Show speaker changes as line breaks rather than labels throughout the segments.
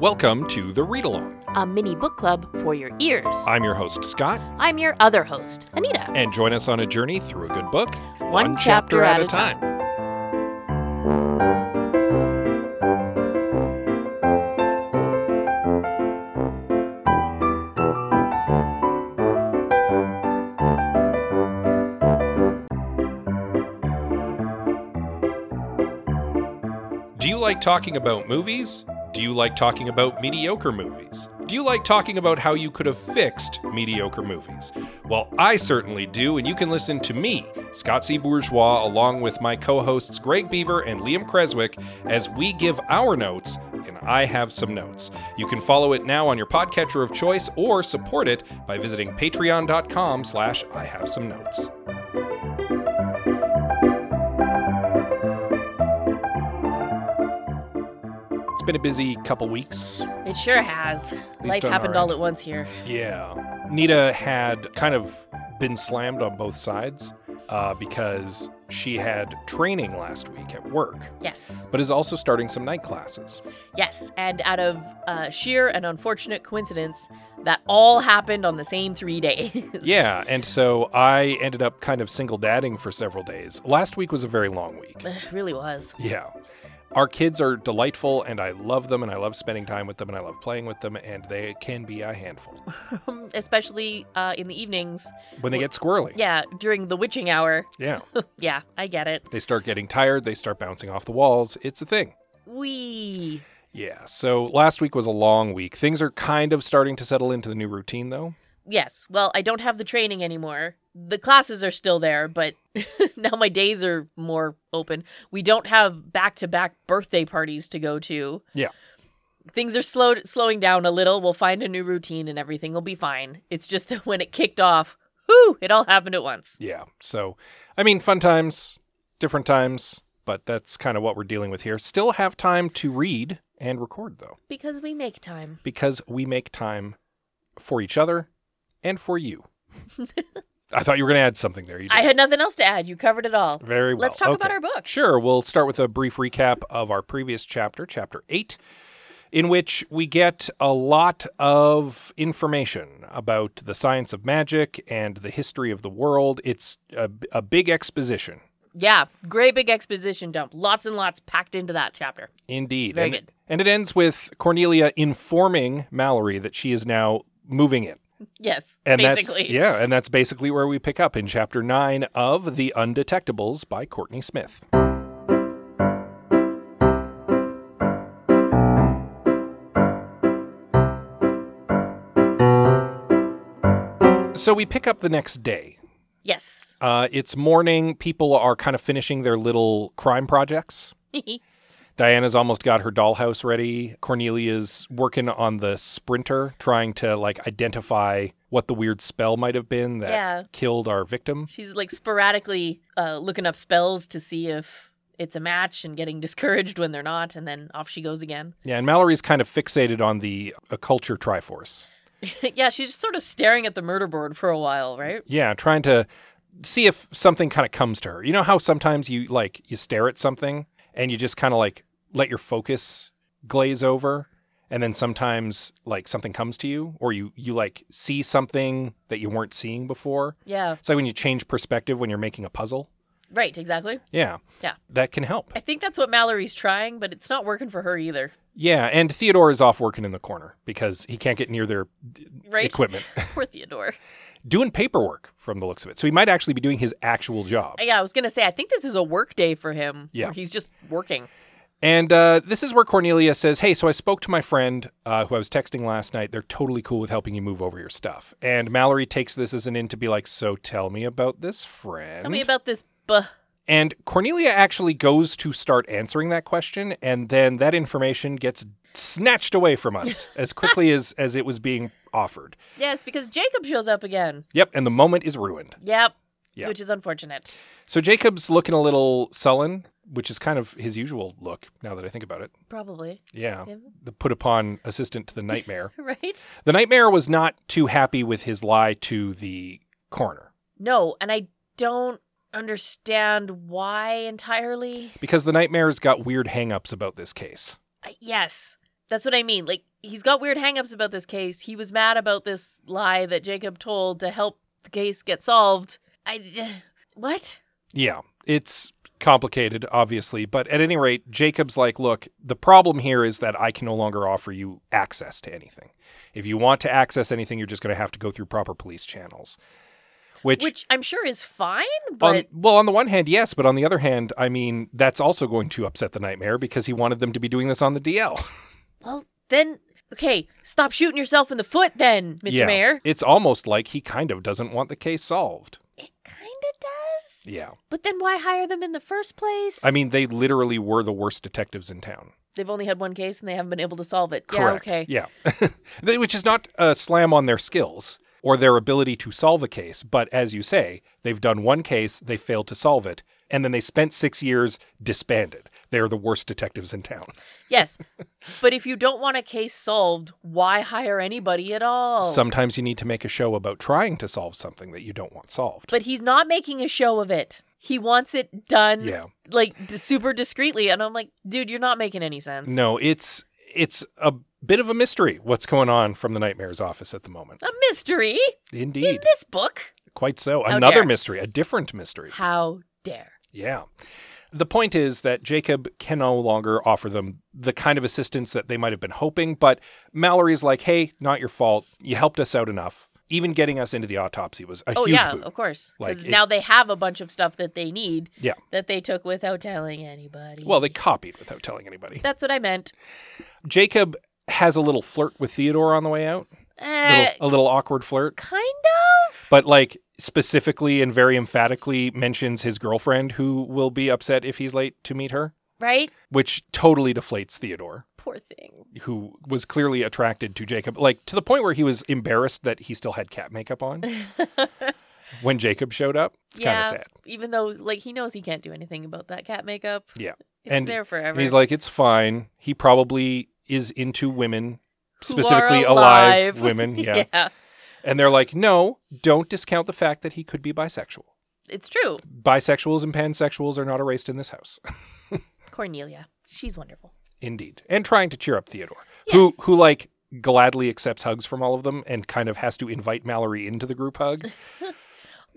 Welcome to the Read Along.
a mini book club for your ears.
I'm your host, Scott,
I'm your other host, Anita.
and join us on a journey through a good book, one,
chapter at a time.
Do you like talking about movies? Do you like talking about mediocre movies? Do you like talking about how you could have fixed mediocre movies? Well, I certainly do, and you can listen to me, Scott C. Bourgeois, along with my co hosts Greg Beaver and Liam Creswick, as we give our notes, and I have some notes. You can follow it now on your podcatcher of choice or support it by visiting patreon.com slash I have some notes. It's been a busy couple weeks.
It sure has.
on
Life
our
happened
end.
all at once here.
Yeah. Nita had kind of been slammed on both sides uh, because she had training last week at work,
Yes.
but is also starting some night classes.
Yes. And out of uh, sheer and unfortunate coincidence, that all happened on the same three days.
Yeah. And so I ended up kind of single dadding for several days. Last week was a very long week.
It really was.
Yeah. Our kids are delightful and I love them and I love spending time with them and I love playing with them and they can be a handful
Especially uh, in the evenings.
when they get squirrely.
Yeah, during the witching hour.
Yeah.
Yeah, I get it.
They start getting tired, they start bouncing off the walls. It's a thing.
Wee.
Yeah, so last week was a long week. Things are kind of starting to settle into the new routine, though.
Yes. Well, I don't have the training anymore. The classes are still there, but now my days are more open. We don't have back-to-back birthday parties to go to.
Yeah.
Things are slow slowing down a little. We'll find a new routine and everything will be fine. It's just that when it kicked off, whoo, it all happened at once.
Yeah, so I mean, fun times, different times, but that's kind of what we're dealing with here. Still have time to read and record, though,
Because we make time.
because we make time for each other and for you. I thought you were going to add something there. You
I
did.
had nothing else to add. You covered it all.
Very well.
Let's talk about
Okay.
our book.
Sure. We'll start with a brief recap of our previous chapter, chapter eight, in which we get a lot of information about the science of magic and the history of the world. It's a, a big exposition.
Yeah, great big exposition dump. Lots and lots packed into that chapter.
Indeed.
Very
and,
good.
and it ends with Cornelia informing Mallory that she is now moving in.
Yes,
And
basically.
that's yeah, and that's basically where we pick up in chapter 9 of The Undetectables by Courtney Smith. So we pick up the next day.
Yes.
Uh, it's morning. People are kind of finishing their little crime projects. Diana's almost got her dollhouse ready. Cornelia's working on the sprinter, trying to like identify what the weird spell might have been that
Yeah.
killed our victim.
She's like sporadically uh, looking up spells to see if it's a match and getting discouraged when they're not, and then off she goes again.
Yeah, and Mallory's kind of fixated on the uh, culture triforce.
yeah, she's just sort of staring at the murder board for a while, right?
Yeah, trying to see if something kind of comes to her. You know how sometimes you like you stare at something and you just kind of like let your focus glaze over and then sometimes like something comes to you or you you like see something that you weren't seeing before.
Yeah,
It's like when you change perspective when you're making a puzzle.
right, exactly.
Yeah.
Yeah.
That can help.
I think that's what Mallory's trying, but it's not working for her either,
Yeah. And Theodore is off working in the corner because he can't get near their d-
right?
equipment.
Poor Theodore.
doing paperwork from the looks of it. So he might actually be doing his actual job.
Uh, Yeah, I was gonna say, I think this is a work day for him.
Yeah.
where he's just working.
And uh, this is where Cornelia says, Hey, so I spoke to my friend uh, who I was texting last night. They're totally cool with helping you move over your stuff. And Mallory takes this as an in to be like, So tell me about this friend.
Tell me about this. Buh.
and Cornelia actually goes to start answering that question. And then that information gets snatched away from us as quickly as, as it was being offered.
Yes, because Jacob shows up again.
Yep. And the moment is ruined.
Yep.
Yeah.
Which is unfortunate.
So Jacob's looking a little sullen, which is kind of his usual look now that I think about it.
Probably.
Yeah.
Yeah.
The put upon assistant to the nightmare.
Right?
the nightmare was not too happy with his lie to the coroner
No, and I don't understand why entirely.
because the nightmare's got weird hangups about this case.
I, yes, that's what I mean. Like he's got weird hangups about this case. He was mad about this lie that Jacob told to help the case get solved. I what?
Yeah, it's complicated, obviously, but at any rate, Jacob's like, look, the problem here is that I can no longer offer you access to anything. If you want to access anything, you're just going to have to go through proper police channels. Which, Um,
Which I'm sure is fine,
on-
but
well, on the one hand, yes, but on the other hand, I mean, that's also going to upset the nightmare because he wanted them to be doing this on the DL.
well then okay, stop shooting yourself in the foot then, Mr.
Yeah.
Mayor.
It's almost like he kind of doesn't want the case solved.
It kind of does.
Yeah.
But then why hire them in the first place?
I mean, they literally were the worst detectives in town.
they've only had one case and they haven't been able to solve it.
Correct.
Yeah, okay.
Yeah. They- Which is not a slam on their skills or their ability to solve a case, but as you say, they've done one case, they failed to solve it, and then they spent six years disbanded. They are the worst detectives in town.
Yes. but if you don't want a case solved, why hire anybody at all?
Sometimes you need to make a show about trying to solve something that you don't want solved.
but he's not making a show of it. He wants it done
yeah.
like d- super discreetly and I'm like, dude, you're not making any sense.
No, it's it's a bit of a mystery what's going on from the nightmare's office at the moment.
A mystery in
Indeed.
this book.
Quite so.
How
Another
dare.
mystery, a different mystery.
How dare.
Yeah. The point is that Jacob can no longer offer them the kind of assistance that they might have been hoping, but Mallory's like, hey, not your fault. You helped us out enough. Even getting us into the autopsy was a
oh
huge
yeah,
boot.
of course. Because
Like, it-
now they have a bunch of stuff that they need
Yeah.
that they took without telling anybody.
Well, they copied without telling anybody.
that's what I meant.
Jacob has a little flirt with Theodore on the way out,
Eh,
Little- a little awkward flirt,
kind of.
but like specifically and very emphatically mentions his girlfriend who will be upset if he's late to meet her,
Right?
which totally deflates Theodore.
Poor thing.
who was clearly attracted to Jacob, like to the point where he was embarrassed that he still had cat makeup on when Jacob showed up. It's kind
Yeah.
of sad.
Even though like he knows he can't do anything about that cat makeup.
Yeah.
It's
And-
there forever.
And he's like, it's fine. He probably is into women,
Who are
specifically alive.
alive.
women. Yeah.
yeah.
And they're like, no, don't discount the fact that he could be bisexual.
It's true.
Bisexuals and pansexuals are not erased in this house.
Cornelia. She's wonderful.
Indeed. And trying to cheer up Theodore, who
Yes.
who like gladly accepts hugs from all of them and kind of has to invite Mallory into the group hug.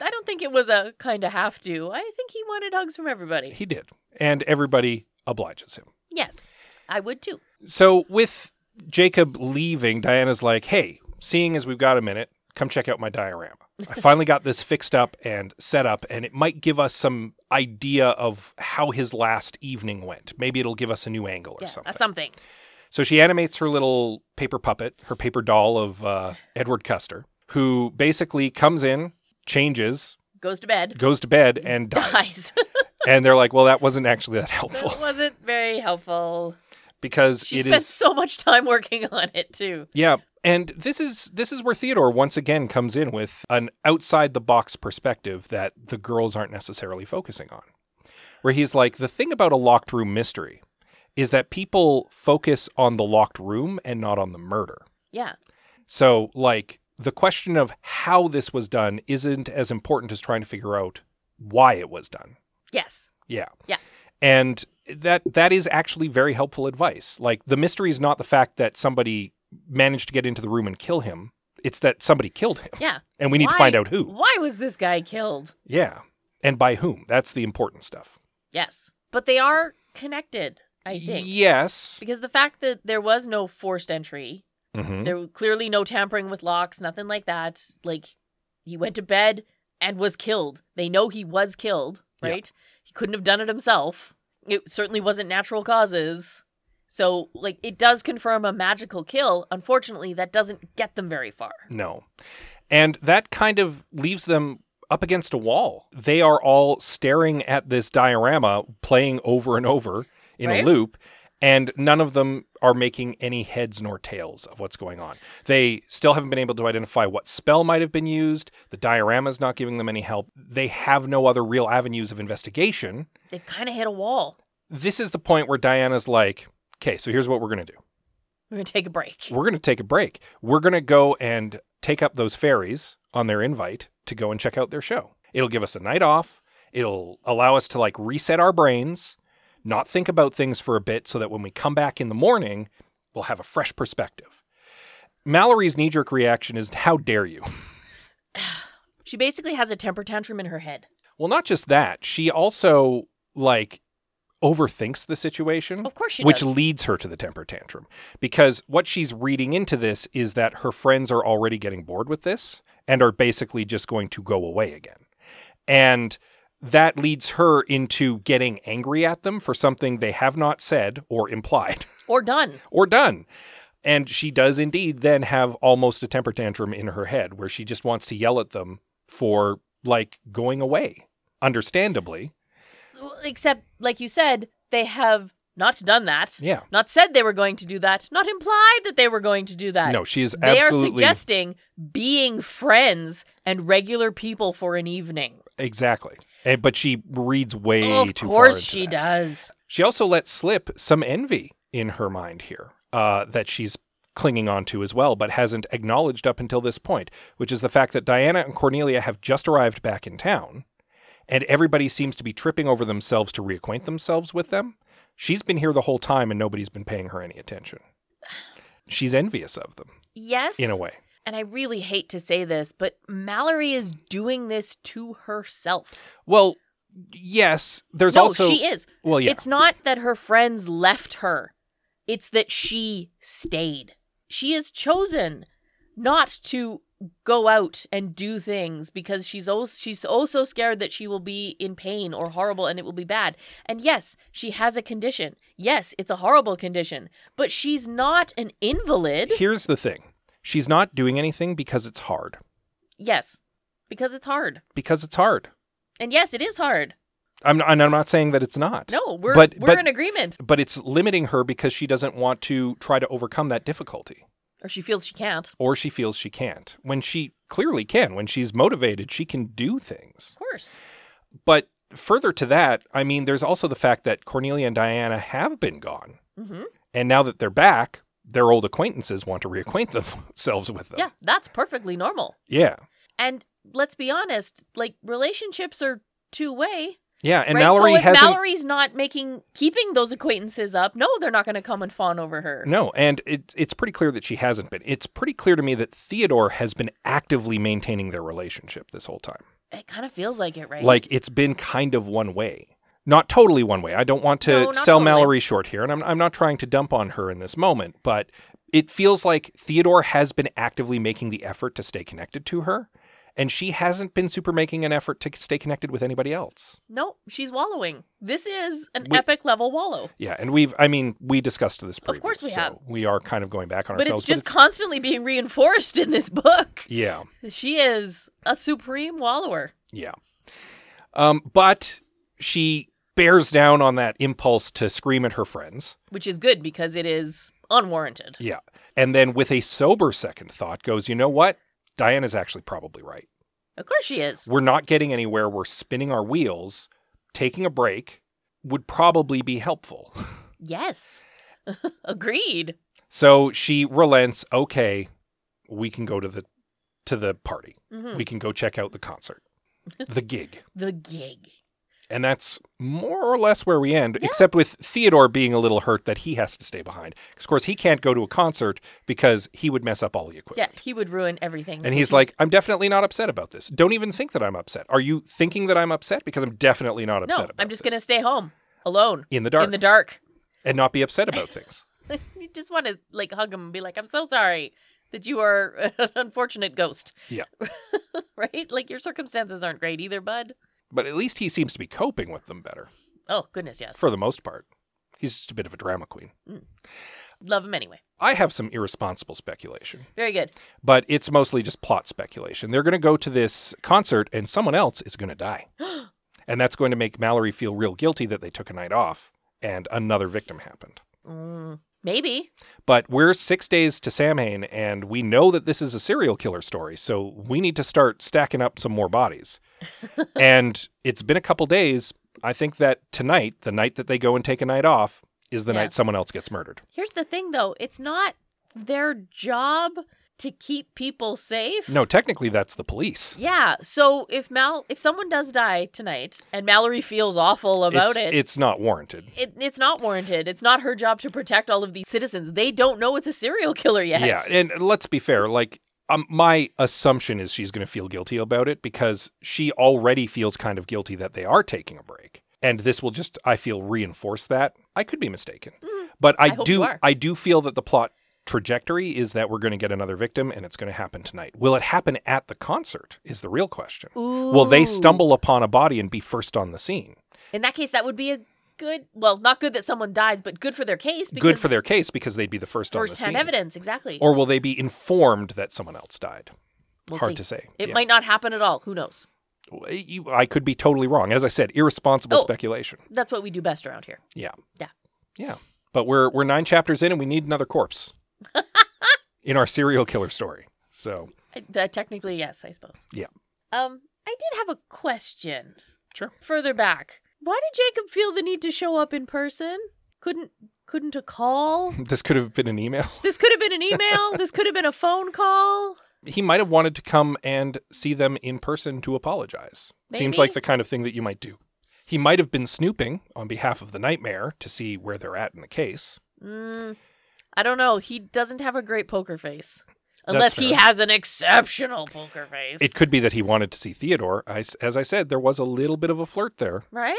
I don't think it was a kind of have to. I think he wanted hugs from everybody.
He did. And everybody obliges him.
Yes. I would too.
So with Jacob leaving, Diana's like, hey, seeing as we've got a minute, come check out my diorama. I finally got this fixed up and set up, and it might give us some idea of how his last evening went. Maybe it'll give us a new angle or
Yeah.
something.
uh, something.
So she animates her little paper puppet, her paper doll of uh, Edward Custer, who basically comes in, changes,
Goes to bed.
goes to bed, and dies.
Dies.
And they're like, well, that wasn't actually that helpful
that wasn't very helpful.
because
She
it
spent
is-
so much time working on it too.
Yeah. And this is this is where Theodore once again comes in with an outside the box perspective that the girls aren't necessarily focusing on. Where he's like the thing about a locked room mystery is that people focus on the locked room and not on the murder.
Yeah.
So like the question of how this was done isn't as important as trying to figure out why it was done.
Yes.
Yeah.
Yeah.
And that that is actually very helpful advice. Like the mystery is not the fact that somebody managed to get into the room and kill him. It's that somebody killed him.
Yeah.
And we need to
Why-
find out who.
Why was this guy killed?
Yeah. And by whom. That's the important stuff.
Yes. But they are connected, I think.
Yes.
Because the fact that there was no forced entry,
Mhm.
there were clearly no tampering with locks, nothing like that. Like he went to bed and was killed. They know he was killed,
Yeah.
right? He couldn't have done it himself. It certainly wasn't natural causes. So, like, it does confirm a magical kill. Unfortunately, that doesn't get them very far.
No. And that kind of leaves them up against a wall. They are all staring at this diorama playing over and over in
Right.
a loop, and none of them are making any heads nor tails of what's going on. They still haven't been able to identify what spell might have been used. The diorama's not giving them any help. They have no other real avenues of investigation.
They've kind of hit a wall.
This is the point where Diana's like, okay, so here's what we're going to do
We're going to take a break.
we're going to take a break. We're going to go and take up those ferries on their invite to go and check out their show. It'll give us a night off. It'll allow us to like reset our brains, not think about things for a bit so that when we come back in the morning, We'll have a fresh perspective. Mallory's knee jerk reaction is, How dare you?
She basically has a temper tantrum in her head.
Well, not just that, she also, like, overthinks the situation.
Of course she
which
does.
leads her to the temper tantrum because what she's reading into this is that her friends are already getting bored with this and are basically just going to go away again. And that leads her into getting angry at them for something they have not said or implied
or done.
or done. And she does indeed then have almost a temper tantrum in her head where she just wants to yell at them for like going away, understandably.
Except, like you said, they have not done that.
Yeah.
Not said they were going to do that. Not implied that they were going to do that.
No, she is
They are
absolutely
suggesting being friends and regular people for an evening.
exactly. And, but she reads way
of
too far.
course
into
she
that.
does.
She also lets slip some envy in her mind here uh, that she's clinging on to as well, but hasn't acknowledged up until this point, which is the fact that Diana and Cornelia have just arrived back in town, and everybody seems to be tripping over themselves to reacquaint themselves with them. She's been here the whole time, and nobody's been paying her any attention. She's envious of them
Yes.
in a way.
And I really hate to say this, but Mallory is doing this to herself.
Well, yes, there's
no,
also
she is.
well, Oh, yeah,
It's not that her friends left her. It's that she stayed. She has chosen not to go out and do things because she's oh, she's oh so scared that she will be in pain or horrible and it will be bad. And yes, she has a condition. Yes, it's a horrible condition, but she's not an invalid.
here's the thing: she's not doing anything because it's hard.
Yes, because it's hard.
Because it's hard.
And yes, it is hard.
I'm and I'm not saying that it's not.
No, we're
But-
we're
but-
in agreement.
But it's limiting her because she doesn't want to try to overcome that difficulty
Or she feels she can't.
or she feels she can't. When she clearly can, when she's motivated, she can do things.
Of course.
But further to that, I mean there's also the fact that Cornelia and Diana have been gone.
hmm
And now that they're back, their old acquaintances want to reacquaint themselves with them.
Yeah, that's perfectly normal.
Yeah.
And let's be honest, like relationships are two way.
Yeah, and
right?
Mallory
so if
hasn't
Mallory's not making keeping those acquaintances up, no, they're not going to come and fawn over her.
No, and it, it's pretty clear that she hasn't been. It's pretty clear to me that Theodore has been actively maintaining their relationship this whole time.
It kind of feels like it, right?
Like it's been kind of one way. Not totally one way. I don't want to
No, not
sell
totally.
Mallory short here, and I'm, I'm not trying to dump on her in this moment, but it feels like Theodore has been actively making the effort to stay connected to her, and she hasn't been super making an effort to stay connected with anybody else.
no, she's wallowing. This is an
We-
epic level wallow.
Yeah, and we've, I mean, we discussed this previous,
course we
so
have.
we are kind of going back on
But
ourselves.
it's just constantly being reinforced in this book.
yeah.
She is a supreme wallower.
Yeah. Um, but she bears down on that impulse to scream at her friends.
which is good because it is unwarranted.
Yeah. And then, with a sober second thought, goes, you know what? Diana's actually probably right.
Of course she is.
We're not getting anywhere. We're spinning our wheels. Taking a break would probably be helpful.
Yes. Agreed.
So she relents. Okay, we can go to the to the party.
Mhm.
We can go check out the concert, the gig.
The gig.
And that's more or less where we end,
Yeah.
except with Theodore being a little hurt that he has to stay behind. Because, of course, he can't go to a concert because he would mess up all the
Yeah,
equipment.
he would ruin everything.
And
so
he's like, I'm definitely not upset about this. Don't even think that I'm upset. Are you thinking that I'm upset? Because I'm definitely not upset
no,
about
I'm just
this.
going to stay home alone
In the dark.
in the dark.
And not be upset about things.
you just want to like hug him and be like, I'm so sorry that you are an unfortunate ghost.
Yeah.
right? Like your circumstances aren't great either, bud.
But at least he seems to be coping with them better,
Oh, goodness, yes.
for the most part. He's just a bit of a drama queen.
Love him anyway.
I have some irresponsible speculation,
Very good.
but it's mostly just plot speculation. They're going to go to this concert and someone else is going to die. And that's going to make Mallory feel real guilty that they took a night off and another victim happened.
Mm, maybe.
But we're six days to Samhain and we know that this is a serial killer story. So we need to start stacking up some more bodies. and it's been a couple days. I think that tonight, the night that they go and take a night off, is the
Yeah.
night someone else gets murdered.
Here's the thing, though. It's not their job to keep people safe.
No, technically that's the police.
Yeah. So if Mal, if someone does die tonight, and Mallory feels awful about
it's,
it,
it's not warranted.
it, it's not warranted. It's not her job to protect all of these citizens. They don't know it's a serial killer yet.
Yeah, and let's be fair. Like, um, my assumption is she's going to feel guilty about it because she already feels kind of guilty that they are taking a break, and this will just, I feel, reinforce that. I could be mistaken,
Mm.
but I,
I hope
do,
you are.
I do feel that the plot trajectory is that we're going to get another victim, and it's going to happen tonight. Will it happen at the concert? Is the real question.
Ooh.
Will they stumble upon a body and be first on the scene?
In that case, that would be a good. Well, not good that someone dies, but good for their case. Because
Good for their case because they'd be the first on the
first-hand
scene.
evidence. Exactly.
Or will they be informed that someone else died?
We'll
Hard
see.
to say.
It
Yeah.
might not happen at all. Who knows?
You- I could be totally wrong. As I said, irresponsible
Oh.
speculation.
That's what we do best around here.
Yeah.
Yeah.
Yeah. But we're we're nine chapters in and we need another corpse in our serial killer story. So
I- uh, technically, yes, I suppose.
Yeah.
Um, I did have a question.
Sure.
Further back, why did Jacob feel the need to show up in person? Couldn't couldn't a call?
this could have been an email.
This could have been an email. this could have been a phone call.
He might have wanted to come and see them in person to apologize. Seems
Maybe.
like the kind of thing that you might do. He might have been snooping on behalf of the nightmare to see where they're at in the case.
Mm, I don't know. He doesn't have a great poker face,
That's
unless he
fair.
has an exceptional poker face.
It could be that he wanted to see Theodore. I s as I said, there was a little bit of a flirt there.
right?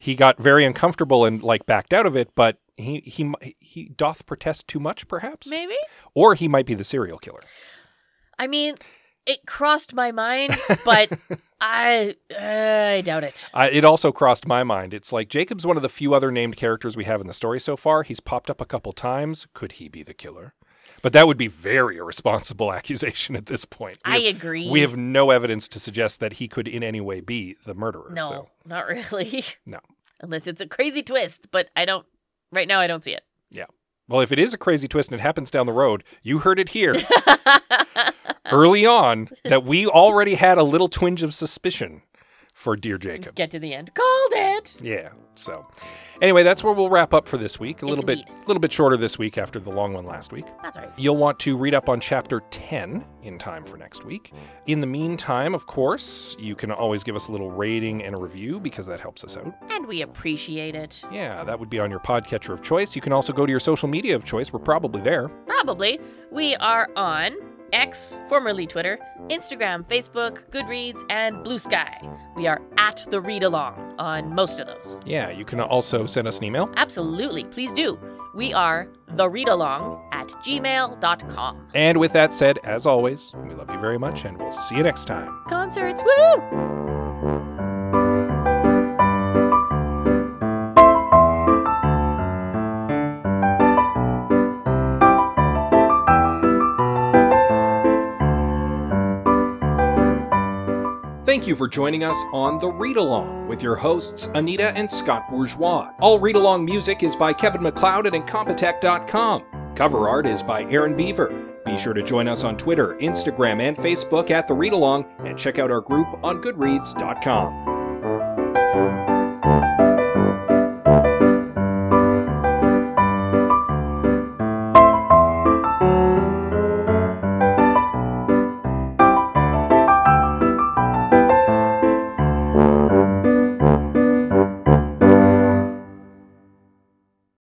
he got very uncomfortable and like backed out of it but he he mi- he doth protest too much perhaps
Maybe.
or he might be the serial killer
I mean, it crossed my mind, but I uh, I doubt it.
I, it also crossed my mind it's like jacob's one of the few other named characters we have in the story so far he's popped up a couple times could he be the killer but that would be very irresponsible accusation at this point we
I
have,
agree.
we have no evidence to suggest that he could in any way be the murderer
No,
so
not really.
No.
Unless it's a crazy twist, but I don't right now I don't see it.
well if it is a crazy twist and it happens down the road you heard it here early on that we already had a little twinge of suspicion for dear Jacob.
Get to the end. Called it.
Yeah. So, anyway, that's where we'll wrap up for this week. A little
Yes,
bit, a little bit shorter this week after the long one last week.
That's all right.
You'll want to read up on chapter 10 in time for next week. In the meantime, of course, you can always give us a little rating and a review because that helps us out.
And we appreciate it.
Yeah, that would be on your podcatcher of choice. You can also go to your social media of choice. We're probably there.
Probably. We are on X, formerly Twitter, Instagram, Facebook, Goodreads, and Blue Sky. We are at the read along on most of those.
Yeah, you can also send us an email.
Absolutely. Please do. We are the read along at gmail.com.
And with that said, as always, we love you very much and we'll see you next time.
Concerts, woo!
Thank you for joining us on The Read Along with your hosts, Anita and Scott Bourgeois. All read along music is by Kevin McLeod at Incompetech.com. Cover art is by Aaron Beaver. Be sure to join us on Twitter, Instagram, and Facebook at The Read Along and check out our group on Goodreads.com.